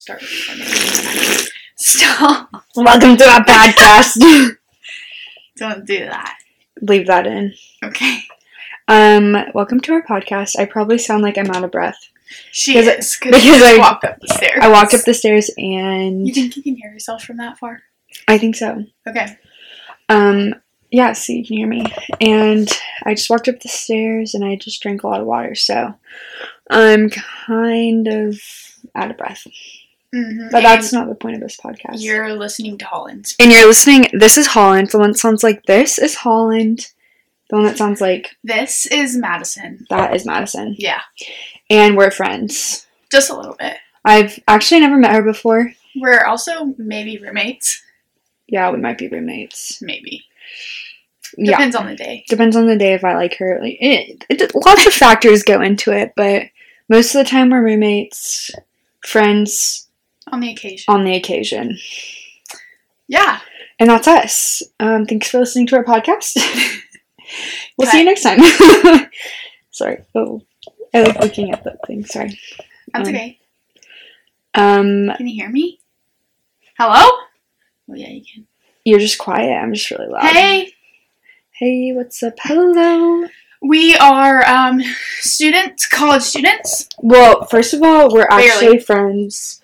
Start recording. Stop. Welcome to our podcast. Don't do that. Leave that in. Okay. Um, welcome to our podcast. I probably sound like I'm out of breath She Because I- is. Because because I I- walked up the stairs. I walked up the stairs and You think you can hear yourself from that far? I think so. Okay. Um, yeah, so you can hear me. And I just walked up the stairs and I just drank a lot of water, so I'm kind of out of breath. Mm-hmm. But that's not the point of this podcast. You're listening to Holland's. and you're listening. This is Holland. The one that sounds like this is Holland. The one that sounds like This is Madison. that is Madison. Yeah, And we're friends. just a little bit. I've actually never met her before. We're also maybe roommates. Yeah, we might be roommates. Maybe Yeah. depends on the day. Depends on the day if I like her. Like eh, it, it, lots of factors go into it, but most of the time we're roommates, friends On the occasion. on the occasion, Yeah. and that's us. Um, thanks for listening to our podcast. we'll see you next time. sorry, oh, I was looking at that thing. Sorry. That's Um, okay. Um, Can you hear me? Hello. Oh yeah, you can. you're just quiet. I'm just really loud. Hey. Hey, what's up? Hello. We are um, students, college students. Well, first of all, we're Barely. actually friends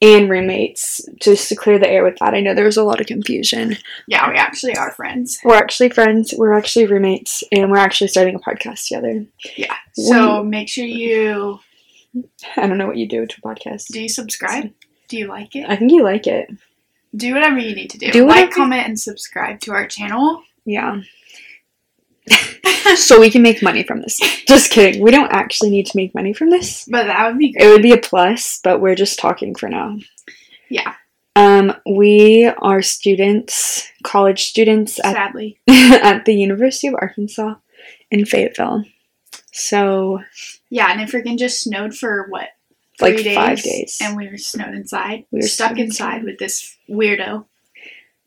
and roommates, just to clear the air with that. I know there was a lot of confusion. Yeah, we actually are friends. We're actually friends, we're actually roommates, and we're actually starting a podcast together. Yeah. So make sure you I don't know what you do to a podcast. do you subscribe? Do you like it? I think you like it. Do whatever you need to do. Do like, whatever- comment, and subscribe to our channel. Yeah. so we can make money from this. Just kidding. We don't actually need to make money from this. But that would be It great. would be a plus, but we're just talking for now. Yeah. Um, we are students, college students at Sadly. at the University of Arkansas in Fayetteville. So, Yeah, and if we can just snowed for what? Like five days. And we were snowed inside. We were stuck snowed inside inside. with this weirdo I,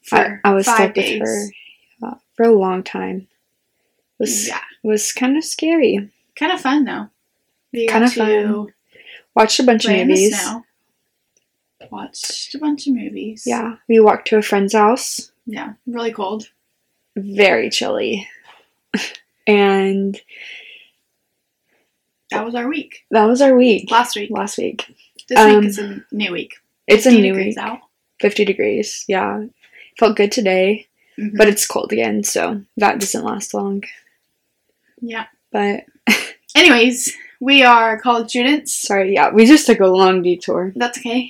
for I was five stuck days. with her yeah, for a long time. Was Yeah. was kind of scary. Kind of fun though. We Kinda got to Watched a bunch of play in the movies. snow. Watched a bunch of movies. Yeah, we walked to a friend's house. Yeah. Really cold. Very chilly, and That was our week. that was our week Last week. last week. This Um, week is a new week. It's a 15 new degrees week. Out. Fifty degrees. Yeah, felt good today, Mhm. but it's cold again, so that doesn't last long. yeah. But Anyways, we are college students. sorry, yeah, we just took a long detour. That's okay.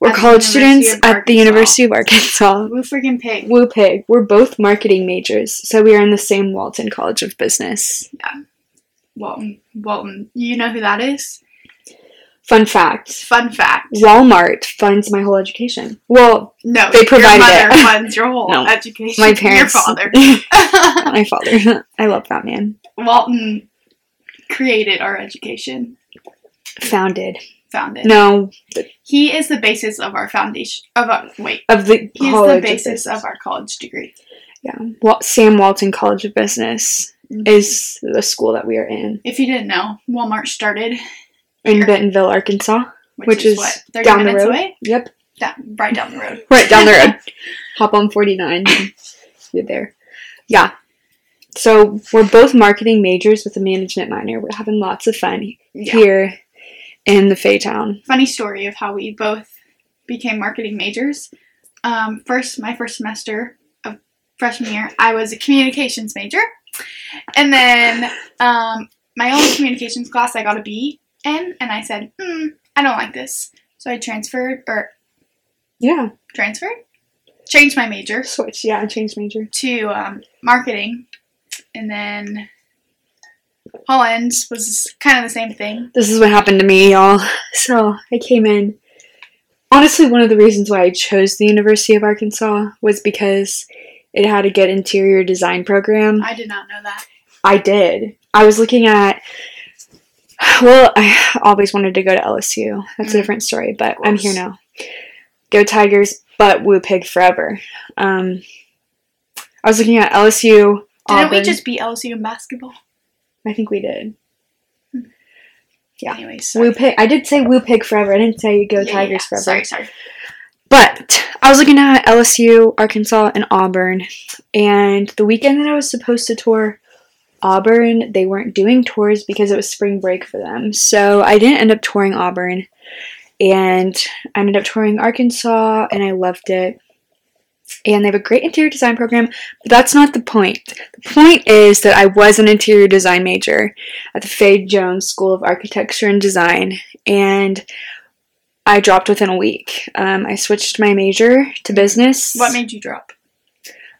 We're At the college University students of at the Arkansas. University of Arkansas. Woo freaking pig. Woo pig. We're both marketing majors, so we are in the same Walton College of Business. Walton. Walton. You know who that is? Fun fact. Fun fact. Walmart funds my whole education. Well, No, They your provided mother it. funds your whole No. education. my parents. Your father. my father. I love that man. Walton created our education. Founded. Founded. No, He is the basis of our foundation. Of our, wait. of the He's the college basis of, business. our college degree. yeah. Wa- Sam Walton College of Business Mm-hmm. is the school that we are in If you didn't know, Walmart started, in Here. Bentonville, Arkansas. which, Which is, is what thirty down the minutes road. away, Yep, down, right down the road. right down the road. hop on 49 and you're there yeah so we're both marketing majors with a management minor we're having lots of fun Yeah. here in the faytown funny story of how we both became marketing majors. Um, first, my first semester of freshman year, I was a communications major, and then um, my only communications class, I got a B in, and I said, mm, I don't like this, so I transferred or yeah transferred, changed my major switch yeah change major to um, marketing, and then Hollands was kind of the same thing. this is what happened to me y'all so i came in honestly one of the reasons why i chose the university of arkansas was because it had a good interior design program I did not know that. I did. I was looking at. Well, I always wanted to go to LSU. That's Mm. a different story, but I'm course. here now. Go Tigers, but Woo Pig forever. Um, I was looking at LSU. Didn't we Auburn. just beat LSU in basketball? I think we did. Yeah. Anyways, Woo Pig. I did say Woo Pig forever. I didn't say go Yeah, yeah, Tigers yeah. forever. Sorry, sorry. But I was looking at LSU, Arkansas, and Auburn, and the weekend that I was supposed to tour Auburn, they weren't doing tours because it was spring break for them. So I didn't end up touring Auburn, and I ended up touring Arkansas, and I loved it. And they have a great interior design program, but that's not the point. The point is that I was an interior design major at the Faye Jones School of Architecture and Design, and I dropped within a week. Um, I switched my major to business. What made you drop?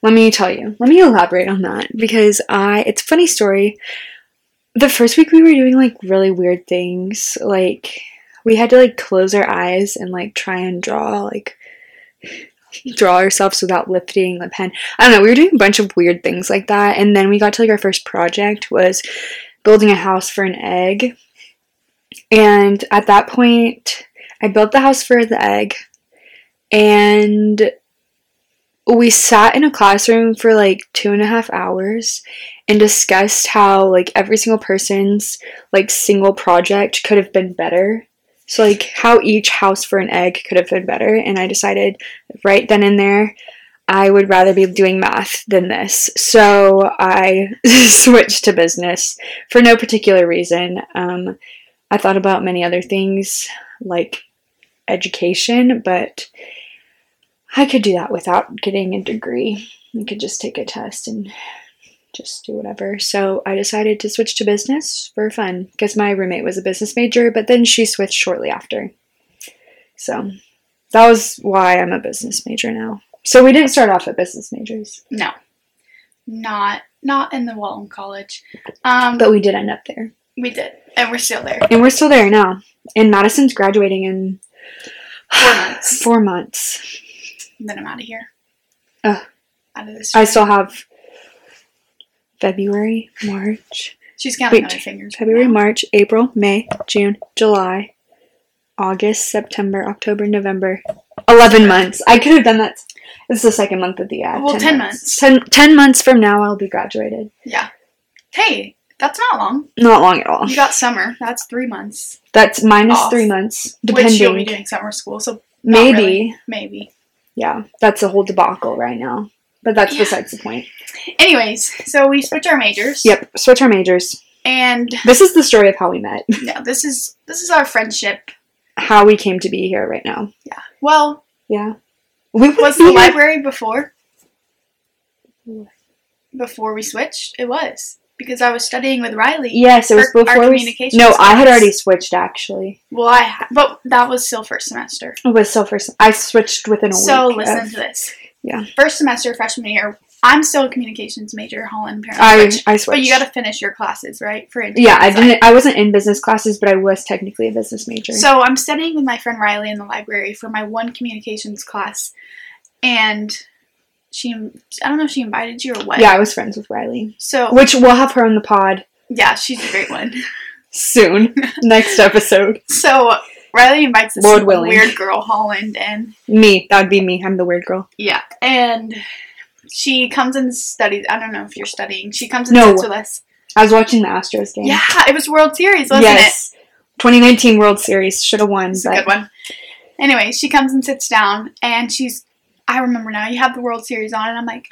Let me tell you. Let me elaborate on that because I. It's a funny story. The first week we were doing like really weird things. Like we had to like close our eyes and like try and draw like draw ourselves without lifting the pen. I don't know. We were doing a bunch of weird things like that, and then we got to like our first project was building a house for an egg. And at that point, I built the house for the egg, and we sat in a classroom for like two and a half hours and discussed how like every single person's like single project could have been better so like how each house for an egg could have been better and i decided right then and there i would rather be doing math than this so i switched to business for no particular reason um, i thought about many other things like education but I could do that without getting a degree. I could just take a test and just do whatever. So I decided to switch to business for fun because my roommate was a business major, but then she switched shortly after. So that was why I'm a business major now. So we didn't start off at business majors, No, not not in the Walton College. Um, but we did end up there. we did, and we're still there. And we're still there now. And Madison's graduating in Four months. four months. Then I'm out of here. Ugh. out of this. Oh. I still have February, March. She's counting wait, on her fingers. February, now. March, April, May, June, July, August, September, October, November. 11 months. I could have done that. It's the second month of the year. Well, 10 Ten, 10 months from now, I'll be graduated. Yeah. Hey, that's not long. Not long at all. You got summer. That's three months. That's minus Off. three months, Which you'll be depending. doing summer school, so not Maybe. really. maybe. Yeah, that's a whole debacle right now. But that's Yeah. besides the point. Anyways, so we switch our majors. Yep, switch our majors. And This is the story of how we met, no, this is this is our friendship. how we came to be here right now. Well, Yeah. We was the library before? Before we switched, it was because I was studying with Riley. Yes, it was Our- our before we. s- communications No, I had class. already switched actually. Well, I ha- but that was still first semester. It was so first. I switched within a So week. listen of- to this. yeah. First semester freshman year, I'm still a communications major, Holland parent. I which- I switched. but you got to finish your classes, right? For Yeah, I interior design. didn't. I wasn't in business classes, but I was technically a business major. So I'm studying with my friend Riley in the library for my one communications class, and she I don't know if she invited you or what. yeah, I was friends with Riley, So which we'll have her on the pod yeah, she's a great one. soon. Next episode, So Riley invites this Lord willing. weird girl Holland, and me. That'd be me. I'm the weird girl. yeah, and she comes and studies. I don't know if you're studying. She comes and No. sits with us. I was watching the Astros game. Yeah, it was World Series, wasn't it? yes. 2019 World Series should have won, It's a but good one. Anyway, she comes and sits down, and she's. I remember now. You have the World Series on, and I'm like,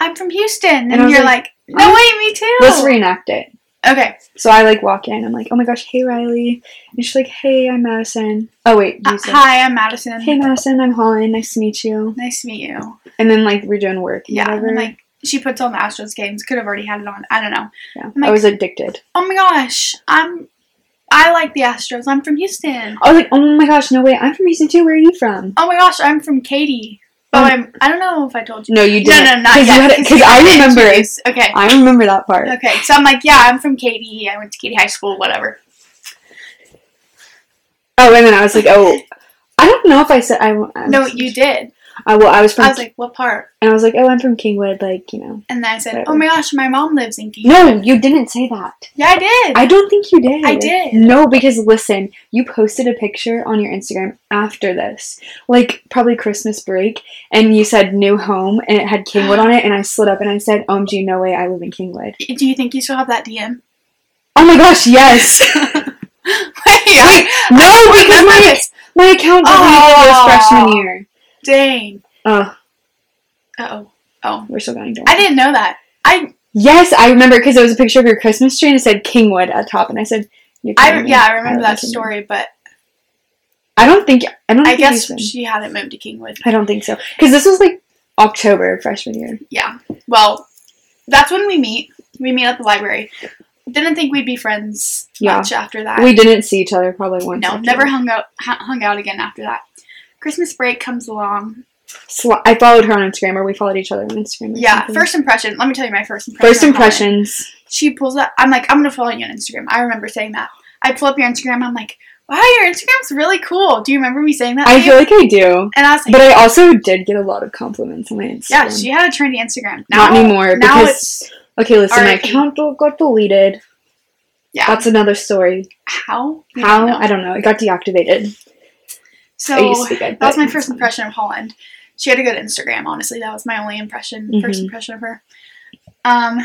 I'm from Houston, and, I was you're like, like, No way, me too. let's reenact it. okay, So I like walk in. I'm like, oh my gosh, hey Riley, and she's like, hey, I'm Madison. Oh wait, Uh, you said- hi, I'm Madison. Hey Madison, I'm Holland. Nice to meet you. Nice to meet you. And then like we're doing work. and Yeah, and whatever. I'm like she puts on the Astros games. Could have already had it on. I don't know. yeah. like- I was addicted. Oh my gosh, I'm. I like the Astros. I'm from Houston. I was like, oh my gosh, no way. I'm from Houston too. Where are you from? Oh my gosh, I'm from Katy. But I'm. I don't know if I told you. No, Mm. you didn't. No, no, not Cause yet. Because you I didn't remember. introduce- Okay. I remember that part. Okay, so I'm like, yeah, I'm from Katy. I went to Katy High School, whatever. Oh, and then I was like, oh, I don't know if I said I. i No, you did. I, well, I was from, I was like, what part? and I was like, oh, I'm from Kingwood. Like, you know. And then I said, Whatever. oh my gosh, my mom lives in Katy. No, you didn't say that. Yeah, I did. I don't think you did. I did. No, because listen, you posted a picture on your Instagram after this, like probably Christmas break, and you said new home, and it had Kingwood on it, and I slid up and I said, "Oh, OMG, no way, I live in Kingwood. Do you think you still have that DM? Oh my gosh, yes! Wait, No, because my, my account didn't renew this Oh. freshman year. dang. Oh, Uh oh. Oh, we're still going to. I didn't know that. I Yes, I remember because there was a picture of your Christmas tree and it said Kingwood at top, and I said, You're I kidding me. yeah, I don't remember that think you- story, but I don't think I don't. I think guess you said- she hadn't moved to Kingwood. I don't think so because this was like October freshman year. Yeah. Well, that's when we meet. We meet at the library. Didn't think we'd be friends Yeah. much after that. we didn't see each other probably once. no, after never that. hung out hu- hung out again after that. Christmas break comes along. Sl- I followed her on Instagram, or we followed each other on Instagram. or Yeah, something. first impression. Let me tell you my first impression. first of Hannah. impressions. she pulls up. I'm like, I'm gonna follow you on Instagram. I remember saying that. I pull up your Instagram. I'm like, wow, your Instagram's really cool. Do you remember me saying that? I babe? feel like I do, and I was like, but I also did get a lot of compliments on my Instagram. yeah, she had a trendy Instagram. Now, not anymore Now because it's okay, listen, my RIP. account got deleted. yeah. That's another story. how We don't How know. I don't know. It got deactivated. so I used to get that was my buttons first on it. impression of Holland. She had a good Instagram. Honestly, that was my only impression. First Mhm. impression of her. Um,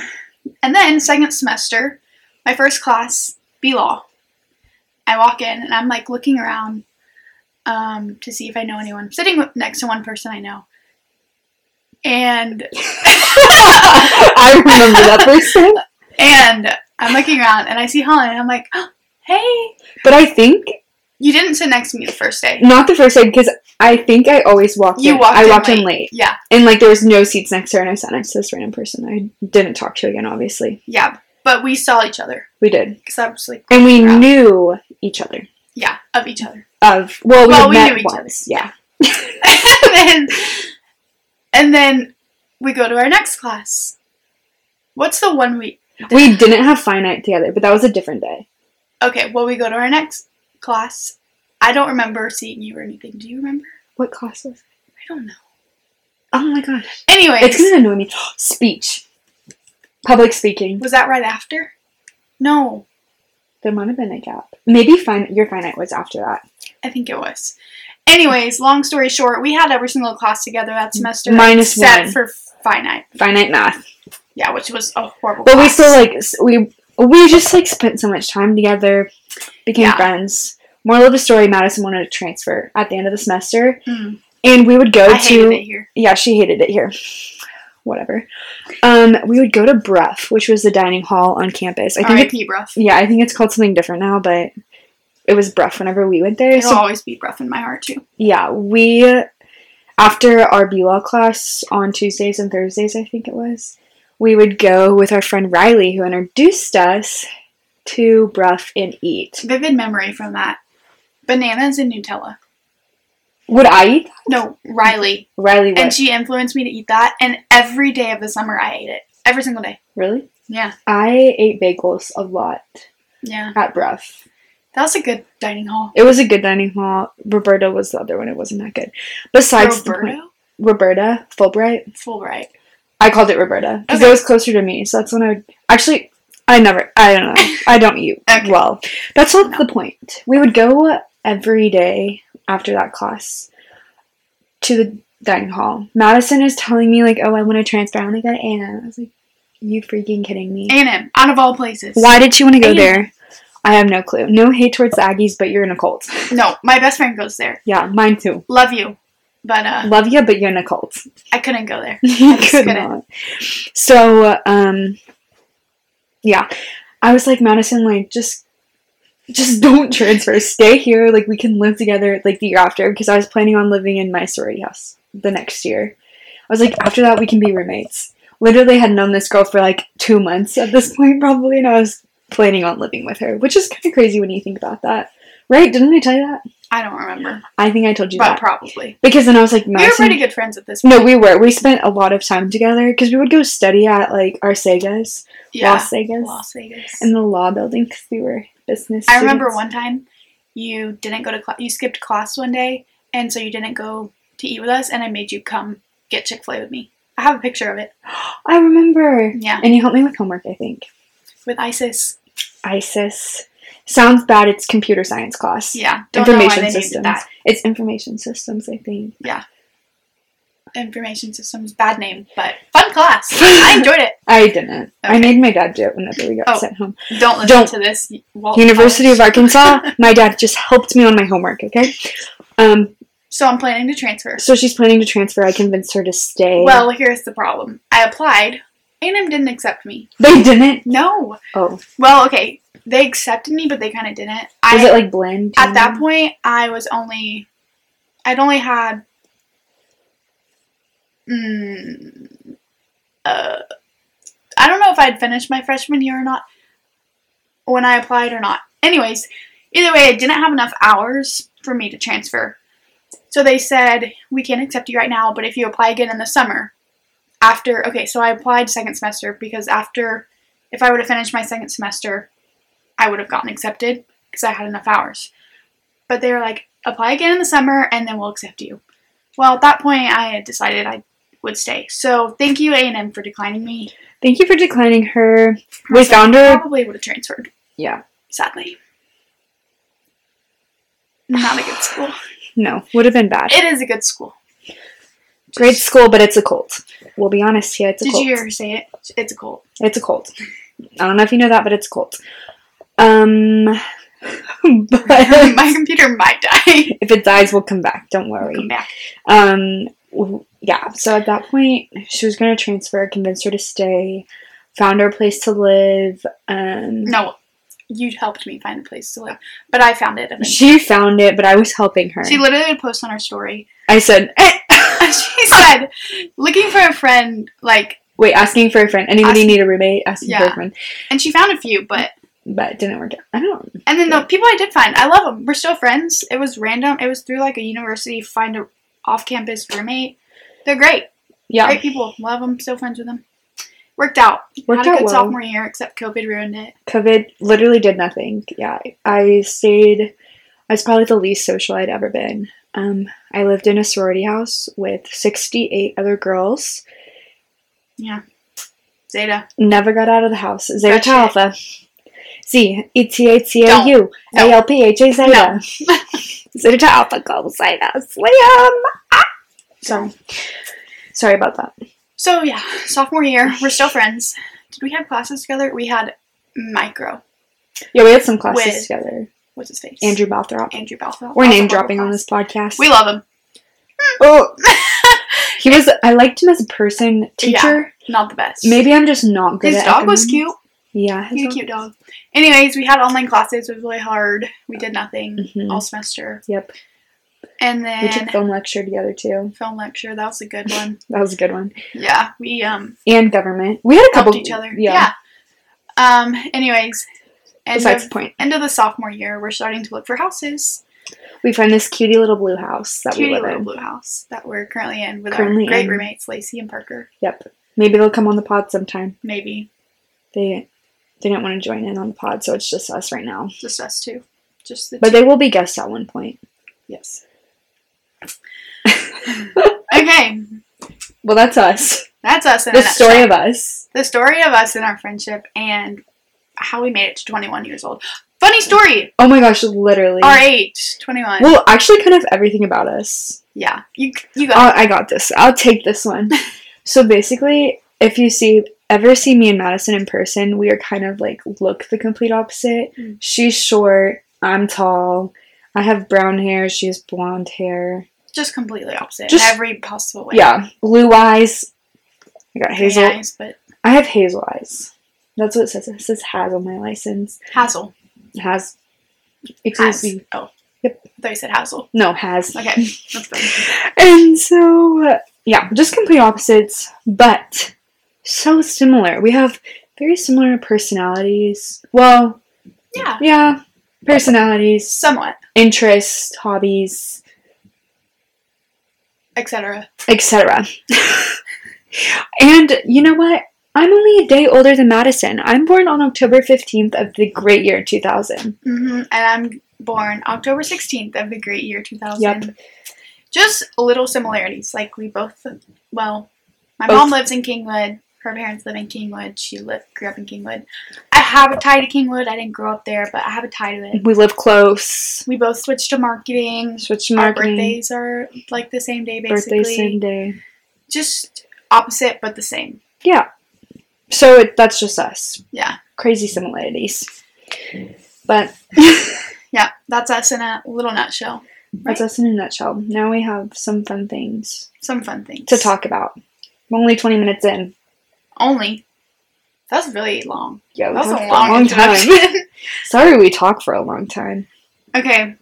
and then second semester, my first class, B law. I walk in and I'm like looking around um, to see if I know anyone. I'm sitting with- next to one person I know. And I remember that person. and I'm looking around and I see Holland and I'm like, oh, hey, But I think you didn't sit next to me the first day. not the first day because I think I always walked. You in. walked I in walked in late. late, Yeah, and like there was no seats next to her, and I sat next to this random person. I didn't talk to again. Obviously, yeah. But we saw each other we did, because I was like, and we Yeah. knew each other. yeah, of each other. Of well, we, Well, had we met knew each other. once. Yeah, and then and then we go to our next class. What's the one we we didn't have finite together, but that was a different day. Okay, well we go to our next class. I don't remember seeing you or anything. Do you remember? What class was? it? I don't know. Oh my god, Anyways, it's gonna annoy me. Speech, public speaking. was that right after? No, There might have been a gap. Maybe fine. Your finite was after that. I think it was. Anyways, long story short, we had every single class together that semester Minus except one. for finite. Finite math. Yeah, which was a horrible. But we class. still like s- we we just like spent so much time together, became Yeah. friends. Moral of the story: Madison wanted to transfer at the end of the semester, Mm, and we would go I hated to it here. yeah, she hated it here. Whatever. Um, we would go to Bruff, which was the dining hall on campus. I think it, R.I.P. Bruff. yeah, I think it's called something different now, but it was Bruff whenever we went there. It'll So always be Bruff in my heart too. yeah, we after our B law class on Tuesdays and Thursdays, I think it was, we would go with our friend Riley, who introduced us to Bruff and Eat. Vivid memory from that. Bananas and Nutella. Would I eat? that? No, Riley. Riley would. And she influenced me to eat that, and every day of the summer I ate it. Every single day. really? Yeah. I ate bagels a lot Yeah. at Bruff. That was a good dining hall. It was a good dining hall. Roberta was the other one. It wasn't that good. Besides the point, Roberto? Roberta Fulbright. Fulbright. I called it Roberta because Okay. it was closer to me. So that's when I would actually. I never. I don't know. I don't eat Okay. well. That's not No. the point. We would go every day after that class to the dining hall. Madison is telling me like, "Oh, I want to transfer. I want to go to Anna." I was like, "You freaking kidding me? A&M, out of all places. Why did she want to go Anna. there?" I have no clue. No hate towards the Aggies, but you're in a cult. No, my best friend goes there. Yeah, mine too. Love you. But uh, Love you, but you're in a cult. I couldn't go there. You just could couldn't. not. So, um, yeah, I was like Madison, like just, just don't transfer. Stay here. Like we can live together. Like the year after, because I was planning on living in my sorority house the next year. I was like, after that, we can be roommates. Literally, had known this girl for like two months at this point, probably, and I was planning on living with her, which is kind of crazy when you think about that, right? Didn't I tell you that? I don't remember. I think I told you But that probably. because then I was like, We were Madison, pretty good friends at this point. no, we were. We spent a lot of time together because we would go study at like our Segas, yeah. Las Segas, Las Vegas. in the law building because we were business. I remember students. one time you didn't go to class, you skipped class one day, and so you didn't go to eat with us, and I made you come get Chick fil A with me. I have a picture of it. I remember, Yeah, and you helped me with homework. I think with ISIS. ISIS sounds bad. It's computer science class. Yeah, don't know why they needed that. It's information systems. I think. Yeah. information systems. Bad name, but fun class. I enjoyed it. I didn't. I Okay. made my dad do it whenever we got Oh. sent home. Don't listen Don't. to this. Walt University of College. Arkansas. my dad just helped me on my homework. Okay. Um. So I'm planning to transfer. So she's planning to transfer. I convinced her to stay. Well, here's the problem. I applied. A&M didn't accept me. they didn't. No. Oh, was Well, okay. They accepted me, but they kind of didn't. I, it like blend? at that point, I was only, I'd only had, mm, uh, I don't know if I'd finished my freshman year or not, when I applied or not. Anyways, either way, I didn't have enough hours for me to transfer. So they said, we can't accept you right now, but if you apply again in the summer, after, okay, so I applied second semester because after, if I would have finished my second semester, I would have gotten accepted because I had enough hours. But they were like, apply again in the summer and then we'll accept you. Well, at that point, I had decided I would stay. So thank you, A&M, for declining me. Thank you for declining her. We Or found I her. probably would have transferred, Yeah. sadly. Not a good school. No, would have been bad. It is a good school. Great school, but it's a cult. We'll be honest here. It's a Did cult. you hear her say it? It's a cult. It's a cult. I don't know if you know that, but it's a cult. Um, but My computer might die. if it dies, we'll come back. Don't Come worry. back. Um, w- yeah. So at that point, she was gonna transfer. Convinced her to stay. Found her a place to live. Um, No, you helped me find a place to live, but I found it. Eventually. she found it, but I was helping her. She literally posted on her story. I said, eh. she said, looking for a friend, like, wait, asking for a friend. Anybody Ask- need a roommate? Asking for Yeah. a friend, and she found a few, but but it didn't work out. I don't. and then the people I did find, I love them. We're still friends. It was random. It was through like a university find a off-campus roommate. They're great. Yeah, Great people. Love them. Still friends with them. Worked out. worked Had a out good well. sophomore year, except COVID ruined it. COVID literally did nothing. Yeah, I stayed. I was probably the least social I'd ever been. Um, I lived in a sorority house with 68 other girls. Zeta. Never got out of the house. Zeta That Tau shit. Alpha. Z E T A T A U A L P H A Zeta. Zeta Tau Alpha Gold Zeta Slam. Sorry. Sorry about that. So yeah, sophomore year, we're still friends. Did we have classes together? We had micro. Yeah, we had some classes With- together. What's his face? Andrew Balthrop. Andrew Balfour. We're name dropping on this podcast. We love him. oh. he was. I liked him as a person, teacher. Not the best. Maybe I'm just not good his at dog was acronyms. cute. Yeah, his He's a dog- cute dog. Anyways, we had online classes. It was really hard. We did nothing Mhm. all semester. Yep. And We then took film lecture together too. film lecture. That was a good one. That was a good one. yeah, we um And government. We had a couple helped each other. Yeah. Yeah. Um. Anyways, end Besides of, the point, end of the sophomore year, we're starting to look for houses. we find this cutie little blue house that Cutie we live little in. blue house that we're currently in with Currently our great in. roommates Lacey and Parker. Yep. Maybe they'll come on the pod sometime. Maybe They they didn't want to join in on the pod, so it's just us right now. just us two. Just the But two. they will be guests at one point. yes. okay, Well, that's us. that's us. In the a nutshell. story of us. the story of us and our friendship and how we made it to 21 years old. Funny story. Oh my gosh, literally. Our age, 21. Well, actually, kind of everything about us. yeah, you you got I'll, I got this. I'll take this one. so basically, if you see ever see me and Madison in person, we are kind of like look the complete opposite. Mm. She's short. I'm tall. I have brown hair. She has blonde hair. just completely opposite Just- in every possible way. Yeah, blue eyes. I got Green hazel. eyes, but I have hazel eyes. That's what it says. It says has on my license. Hazel. Has. Excuse Has. me. Oh. Yep. I thought you said Hazel. No, has. Okay, that's fine. And so, uh, yeah, just complete opposites, but so similar. We have very similar personalities. Well, Yeah, yeah, personalities, somewhat, interests, hobbies, etc. etc. and you know what? I'm only a day older than Madison. I'm born on October 15th of the great year 2000. hmm And I'm born October 16th of the great year 2000. Just little similarities. Like we both, well, my Both. mom lives in Kingwood. Her parents live in Kingwood. She lived, grew up in Kingwood. I have a tie to Kingwood. I didn't grow up there, but I have a tie to it. We live close. We both switched to marketing. Switch Our marketing. birthdays are like the same day, Birthday basically. same day. just opposite but the same. Yeah. So it, that's just us. Yeah. Crazy similarities. But Yeah, that's us in a little nutshell. that's us in a nutshell. Now we have some fun things Some fun things to talk about. We're only 20 minutes in. Only that's really long. Yeah, we That was talked a for long, time. introduction. Sorry we talked for a long time. okay.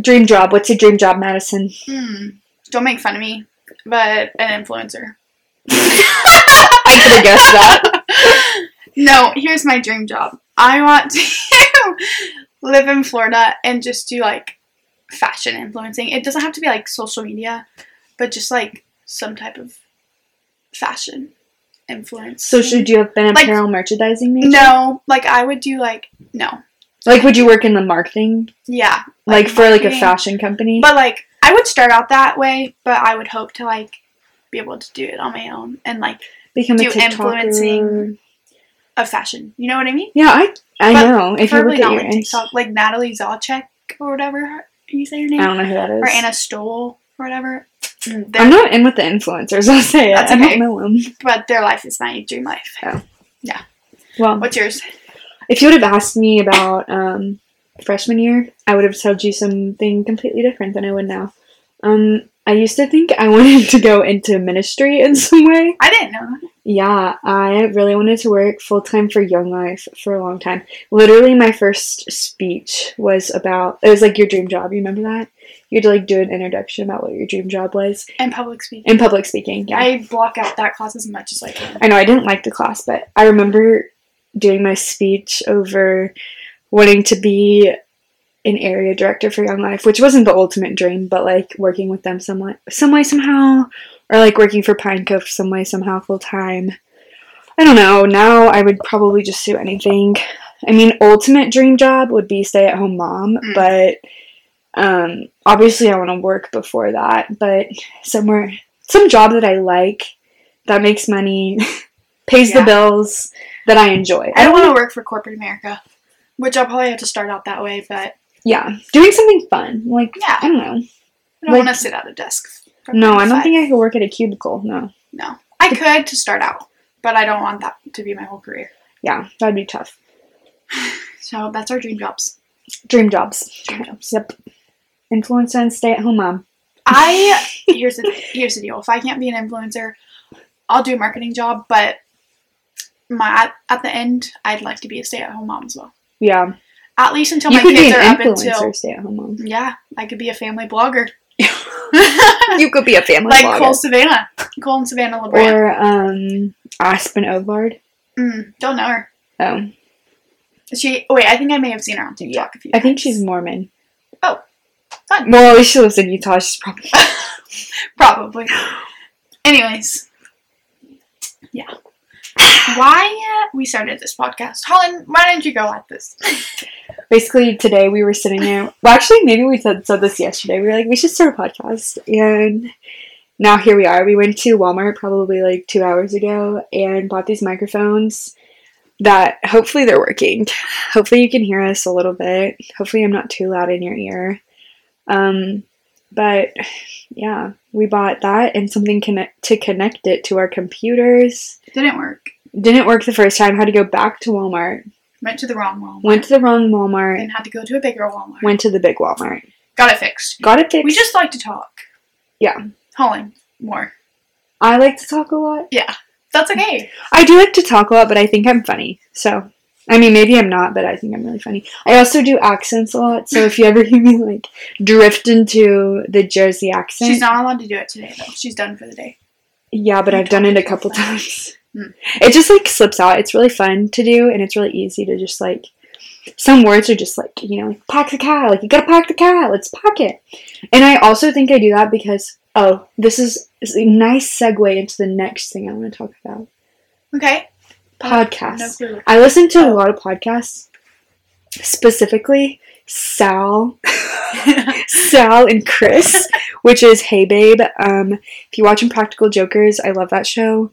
Dream job. What's your dream job, Madison? Hmm. Don't make fun of me, but an influencer. I could have guessed that. no, here's my dream job. I want to live in Florida and just do like fashion influencing. It doesn't have to be like social media, but just like some type of fashion influence. So should you have been Like- apparel merchandising major? No, like I would do like no. Like would you work in the marketing? Yeah. Like, for like a marketing. fashion company? But like I would start out that way, but I would hope to like be able to do it on my own and like Become do a TikToker. influencing. a fashion. You know what I mean? Yeah, I I But know. If you Probably look at not your like Insta- TikTok, like Natalie Zalchek or whatever her- you say her name, I don't know who that is. or Anna Stoll or whatever. Their- Mm. I'm not in with the influencers. I'll say it. That's I okay. don't know them. but their life is my dream life. Well, What's yours? if you would have asked me about um, freshman year, I would have told you something completely different than I would now. Um, I used to think I wanted to go into ministry in some way. I didn't know. that. Yeah, I really wanted to work full time for Young Life for a long time. Literally, my first speech was about it was like your dream job. You remember that? You had to like do an introduction about what your dream job was And public speaking. in public speaking. Yeah. I block out that class as much as I can. I know I didn't like the class, but I remember doing my speech over wanting to be an area director for Young Life, which wasn't the ultimate dream, but like working with them some way, some way somehow, or like working for Pine Cove some way somehow full time. I don't know. Now I would probably just do anything. I mean, ultimate dream job would be stay at home mom, Mm. but um, obviously I want to work before that. But somewhere, some job that I like, that makes money, pays Yeah. the bills, that I enjoy. I don't want to work for corporate America, which I'll probably have to start out that way. But Yeah, doing something fun. Like Yeah. I don't know. I don't Like- want to sit at a desk. from No, nine to I don't five. think I could work at a cubicle. No. No, I could to start out, but I don't want that to be my whole career. Yeah, that'd be tough. So that's our dream jobs. Dream jobs. Dream jobs. Yep. Influencer and stay at home mom. I here's the here's the deal. If I can't be an influencer, I'll do a marketing job, but my at, at the end, I'd like to be a stay-at-home mom as well. Yeah. At least until you my could be kids are an up until influencer stay at home mom. yeah, I could be a family blogger You could be a family like blogger. Cole Savannah, Cole and Savannah LeBron. or um Aspen Obard. Mm, don't know her. Oh. She oh, wait, I think I may have seen her on TikTok. a few I think times. she's Mormon. Oh. Fun. Well at least she lives in Utah, she's probably probably. Anyways, yeah. Why uh, we started this podcast, Holland? Why don't you go at this? basically today we were sitting there well actually maybe we said, said this yesterday we were like we should start a podcast and now here we are we went to walmart probably like two hours ago and bought these microphones that hopefully they're working hopefully you can hear us a little bit hopefully i'm not too loud in your ear um but yeah we bought that and something connect to connect it to our computers Didn't work. didn't work the first time had to go back to walmart Went to the wrong Walmart. went to the wrong walmart and had to go to a bigger Walmart. went to the big walmart Got it fixed. Got it fixed. We just like to talk. Yeah. Holland more. I like to talk a lot. That's okay. I do like to talk a lot, but I think I'm funny. So, I mean, maybe I'm not, but I think I'm really funny. I also do accents a lot. So if you ever hear me like drift into the Jersey accent, She's not allowed to do it today though. She's done for the day. yeah, but You I've done talk it a yourself couple down. times. Mm. It just like slips out. It's really fun to do, and it's really easy to just like. Some words are just like you know, like pack the cat. Like you gotta pack the cat. Let's pack it. And I also think I do that because oh, this is, this is a nice segue into the next thing I want to talk about. Okay. podcasts. No clue. I listen to a Oh. lot of podcasts, specifically Sal, Sal and Chris, which is Hey Babe. Um, if you watch Impractical Jokers, I love that show,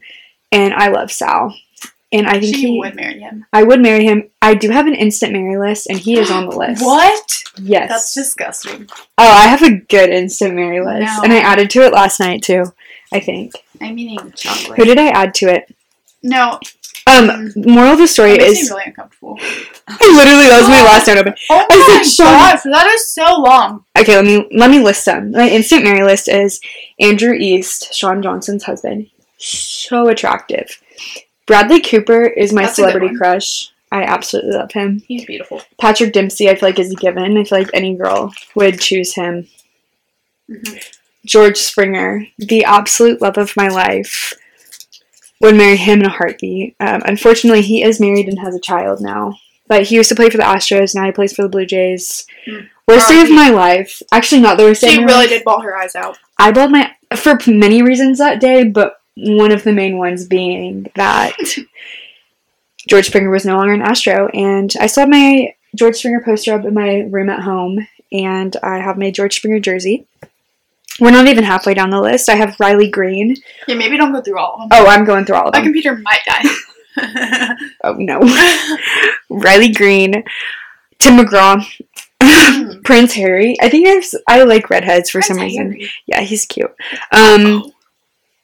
and I love Sal. And I think she he, would marry him. I would marry him. I do have an instant marry list, and he is on the list. What? Yes. That's disgusting. oh, I have a good instant marry list, No. and I added to it last night too. I think. I'm eating Who chocolate. did I add to it? No, Um, Mm. moral of the story it makes me is really uncomfortable. literally that was my last note open. Oh I my said gosh, that is so long. Okay, let me let me list them. My instant Mary list is Andrew East, Sean Johnson's husband. So attractive. Bradley Cooper is my That's a good celebrity one. crush. I absolutely love him. He's beautiful. Patrick Dempsey, I feel like is a given. I feel like any girl would choose him. Mhm. George Springer, the absolute love of my life, would marry him in a heartbeat. Um, unfortunately, he is married and has a child now. But he used to play for the Astros. Now he plays for the Blue Jays. Mm. Worst day of R.I.P. my life. Actually, not the worst day. of She my really life. did ball her eyes out. I bawled my for many reasons that day, but one of the main ones being that George Springer was no longer an Astro, and I still have my George Springer poster up in my room at home, and I have my George Springer jersey. We're not even halfway down the list. I have Riley Green. Yeah, maybe don't go through all of them. Oh, I'm going through all of My them. computer might die. Oh no, Riley Green, Tim McGraw, Mm. Prince Harry. I think I have, s- I like redheads for That's some reason. hairy. Yeah, he's cute. Um. Oh,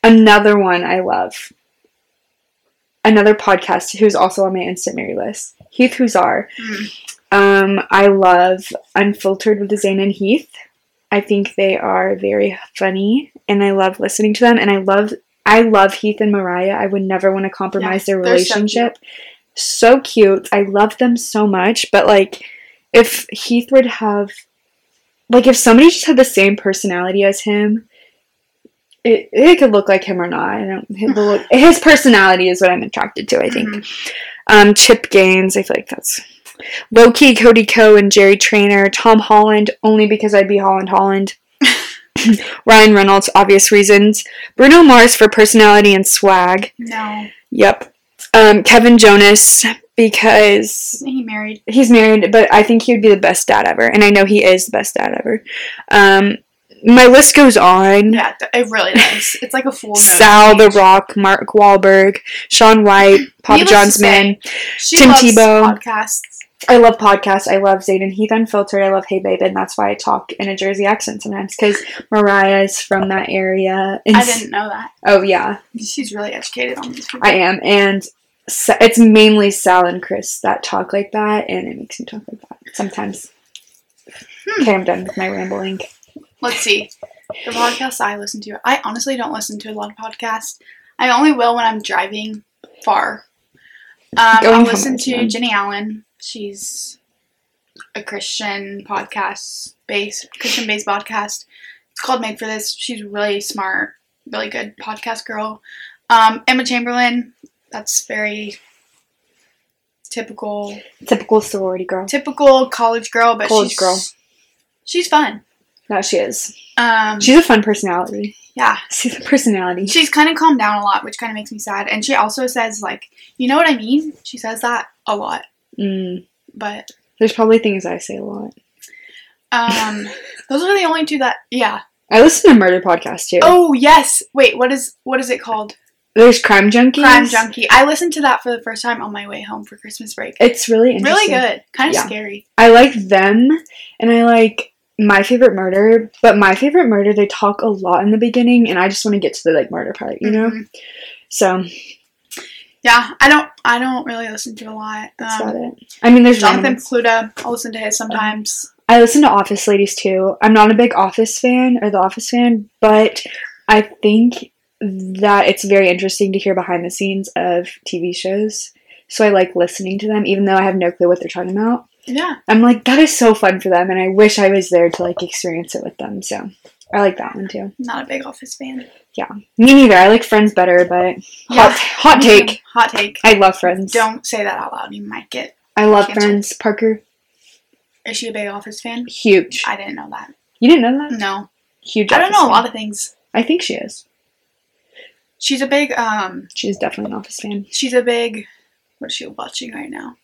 another one I love. Another podcast who's also on my instant Mary list. Heath Huzar. mm. Um, I love Unfiltered with Zayn and Heath. I think they are very funny and I love listening to them and I love I love Heath and Mariah. I would never want to compromise their they're so relationship. So cute. I love them so much, but like if Heath would have like if somebody just had the same personality as him, it, it could look like him or not. I don't it will look- his personality is what I'm attracted to, I think. Mhm. Um, Chip Gaines, I feel like that's low key Cody Ko and Jerry Trainer, Tom Holland, only because I'd be Holland Holland. Ryan Reynolds, obvious reasons. Bruno Mars for personality and swag. No, Yep. Um, Kevin Jonas because isn't he married? he's married, but I think he would be the best dad ever, and I know he is the best dad ever. Um, my list goes on. Yeah, th- it really does. It's like a full. note. Sal The Rock, Mark Wahlberg, Sean White, Papa Needless to John's man. She Tim loves Tebow. podcasts. I love podcasts. I love Zayden Heath Unfiltered. I love Hey Babe, and that's why I talk in a Jersey accent sometimes because Mariah's from that area. And I didn't know that. Oh yeah, She's really educated on these people. I am, and Sa- it's mainly Sal and Chris that talk like that, and it makes me talk like that sometimes. Hmm. Okay, I'm done with my rambling. Let's see. The podcasts I listen to. I honestly don't listen to a lot of podcasts. I only will when I'm driving far. Um, I'll Going home listen is to fun. Jenny Allen. She's a Christian podcast based Christian based podcast. It's called Made for This. She's really smart, really good podcast girl. Um, Emma Chamberlain. That's very typical Typical sorority girl. typical college girl, but College she's girl. She's fun. No, she is. Um, She's a fun personality. yeah, She's a personality. she's kind of calmed down a lot, which kind of makes me sad. And she also says like, you know what I mean? She says that a lot, Mm, but there's probably things I say a lot. um, those are the only two that yeah. I listen to murder podcasts too. Oh yes, wait, what is what is it called? there's crime junkies. Crime Junkie. I listened to that for the first time on my way home for Christmas break. It's really interesting. Really good, kind of Yeah. scary. I like them and I like my favorite murder, but my favorite murder they talk a lot in the beginning and I just want to get to the like murder part, you know? Mhm. So Yeah, I don't I don't really listen to a lot. that's Um, about it. I mean there's Jonathan Jonathan. Pluta. I listen to his sometimes. I listen to Office Ladies too. I'm not a big Office fan or the Office fan, but I think that it's very interesting to hear behind the scenes of TV shows. So I like listening to them even though I have no clue what they're talking about. Yeah. I'm like that is so fun for them and I wish I was there to like experience it with them. So I like that one too. Not a big Office fan. Me neither. I like Friends better, but hot, hot Yeah. take. Hot take. I love Friends. Don't say that out loud. You might get. I love Cancel. Friends. Parker, Is she a big Office fan? huge. I didn't know that. You didn't know that? No, Huge. Mm. I don't know a lot Of- of things. I think she is. She's a big um. She's definitely an Office fan. She's a big. What's she watching right now?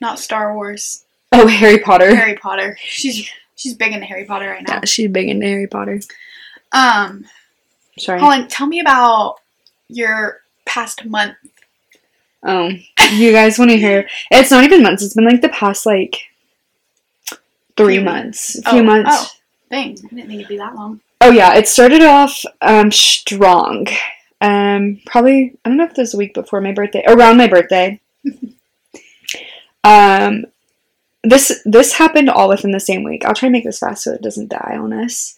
Not Star Wars. Oh, Harry Potter. Harry Potter. She's she's big into Harry Potter right now. yeah, she's big into Harry Potter. Um, Sorry. Colin, tell me about your past month. Oh, you guys want to hear? It's not even months. It's been like the past like three Three months, a Oh, few months. oh. thing. I didn't think it'd be that long. Oh yeah, it started off um, strong. Um, probably I don't know if it was the week before my birthday, around my birthday. um, this this happened all within the same week. I'll try and make this fast so it doesn't die on us.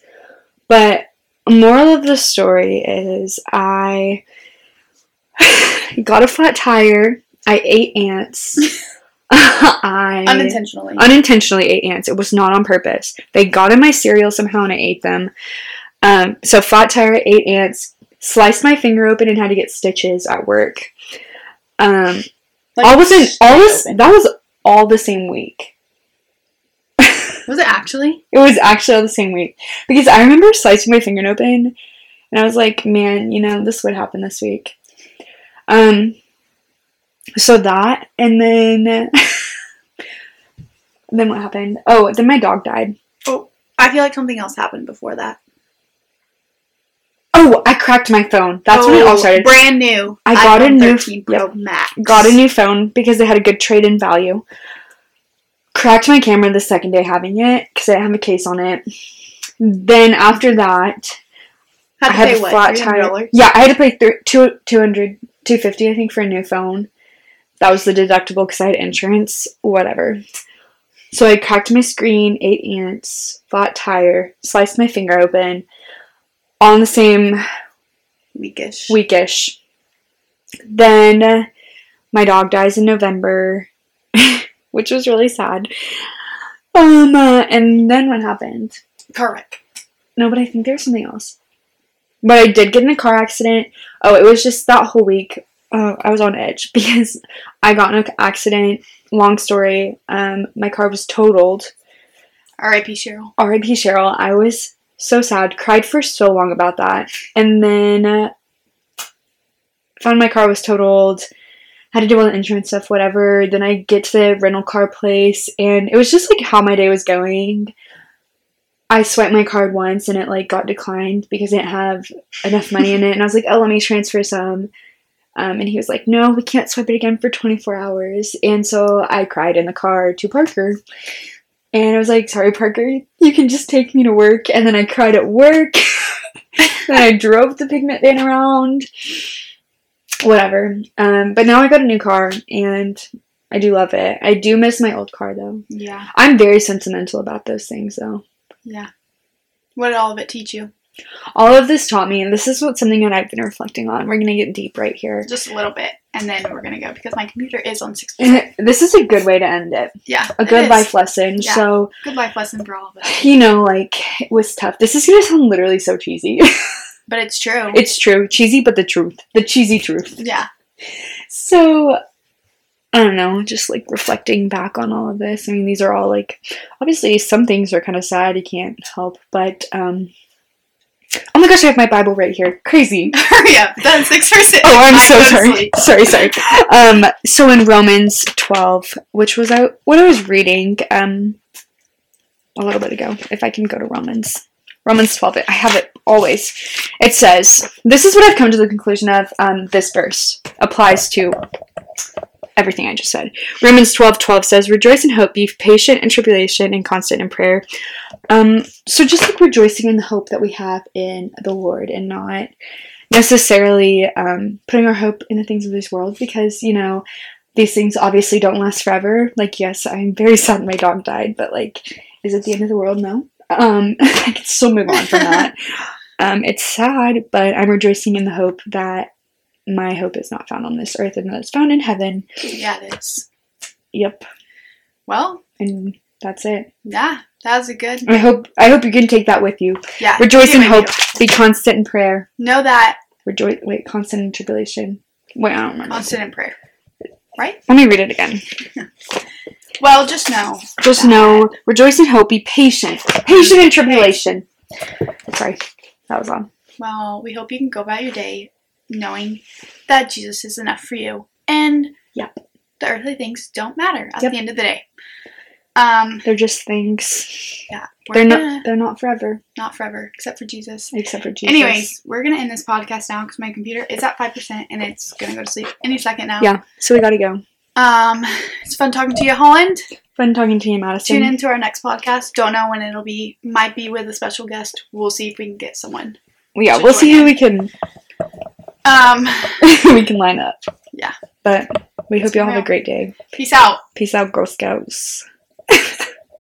But moral of the story is I got a flat tire. I ate ants. I Unintentionally. unintentionally ate ants. It was not on purpose. They got in my cereal somehow and I ate them. Um, so flat tire, ate ants, sliced my finger open and had to get stitches at work. Um, Like, all within all was, straight open. that was all the same week. Was it actually? It was actually all the same week because I remember slicing my finger open and I was like, man, you know, this would happen this week. Um, so that and then then what happened? Oh, then my dog died. I feel like something else happened before that. Oh, I cracked my phone. That's when it all Oh, started. Brand new. I got a iPhone new- 13 Pro Max. Got a new phone because they had a good trade in value. Cracked my camera the second day having it because I didn't have a case on it. Then after that, Had I to had pay a what? flat $300? tire. Yeah, I had to pay th- two, 200, 250 I think, for a new phone. That was the deductible because I had insurance, whatever. So I cracked my screen, eight ants, flat tire, sliced my finger open, all in the same Weekish. weekish. Then uh, my dog dies in November, which was really sad. Um, uh, and then what happened? Correct. No, but I think there's something else. But I did get in a car accident. Oh, it was just that whole week. Uh, I was on edge because I got in an accident. Long story. Um, my car was totaled. R.I.P. Cheryl. RIP Cheryl. I was so sad, cried for so long about that, and then uh, found my car was totaled. Had to do all the insurance stuff, whatever. Then I get to the rental car place, and it was just like how my day was going. I swiped my card once, and it like got declined because I didn't have enough money in it. And I was like, "Oh, let me transfer some." Um, and he was like, "No, we can't swipe it again for 24 hours." And so I cried in the car to Parker. And I was like, sorry, Parker, you can just take me to work. And then I cried at work. and I drove the pigment van around. Whatever. Um, but now I got a new car and I do love it. I do miss my old car though. Yeah. I'm very sentimental about those things though. Yeah. What did all of it teach you? All of this taught me, and this is what something that I've been reflecting on. We're gonna get deep right here. Just a little bit, and then we're gonna go because my computer is on six. And this is a good way to end it. Yeah. A it good is. life lesson. Yeah. So Good life lesson for all of us. you know, like it was tough. This is gonna sound literally so cheesy. But it's true. It's true. Cheesy, but the truth. The cheesy truth. yeah. So, I don't know, just like reflecting back on all of this. I mean, these are all like, obviously, some things are kind of sad. You can't help. But, um, oh my gosh, I have my Bible right here. Crazy. Hurry up. Done six or six. Oh, I'm I'll so go to sorry. sleep. Sorry, sorry. Um, so in Romans 12, which was out, what I was reading, um, a little bit ago, if I can go to Romans. Romans 12, I have it always. It says, This is what I've come to the conclusion of. Um, this verse applies to everything I just said. Romans 12, 12 says, Rejoice in hope, be patient in tribulation, and constant in prayer. Um, so just like rejoicing in the hope that we have in the Lord and not necessarily um, putting our hope in the things of this world because, you know, these things obviously don't last forever. Like, yes, I'm very sad my dog died, but like, is it the end of the world? No. Um, I can still move on from that. um, it's sad, but I'm rejoicing in the hope that my hope is not found on this earth and that it's found in heaven. Yeah, it is. Yep. Well, And that's it. yeah, that was a good. I hope I hope you can take that with you. Yeah. Mm. Rejoice in you and hope. Be constant in prayer. you. Know that Rejoice. Wait, constant in tribulation. Wait, I don't remember. constant in prayer. Let me read it again. Well, just know. Just know, rejoice in hope, be patient. Patient in tribulation. Sorry, that was on. Well, we hope you can go about your day knowing that Jesus is enough for you, and Yep. the earthly things don't matter at Yep. the end of the day. Um, They're just things. yeah, we're They're gonna- not. They're not forever, not forever, except for Jesus. except for Jesus. Anyways, we're gonna end this podcast now because my computer is at five percent and um, it's gonna go to sleep any second now. yeah. So we gotta go. Um, it's fun talking to you, Holland. Fun talking to you, Madison. Tune in to our next podcast. Don't know when it'll be. Might be with a special guest. We'll see if we can get someone. Yeah, we'll see who we can Um, we can line up. Yeah. But we hope you all have a great day. peace out. Peace out, Girl Scouts.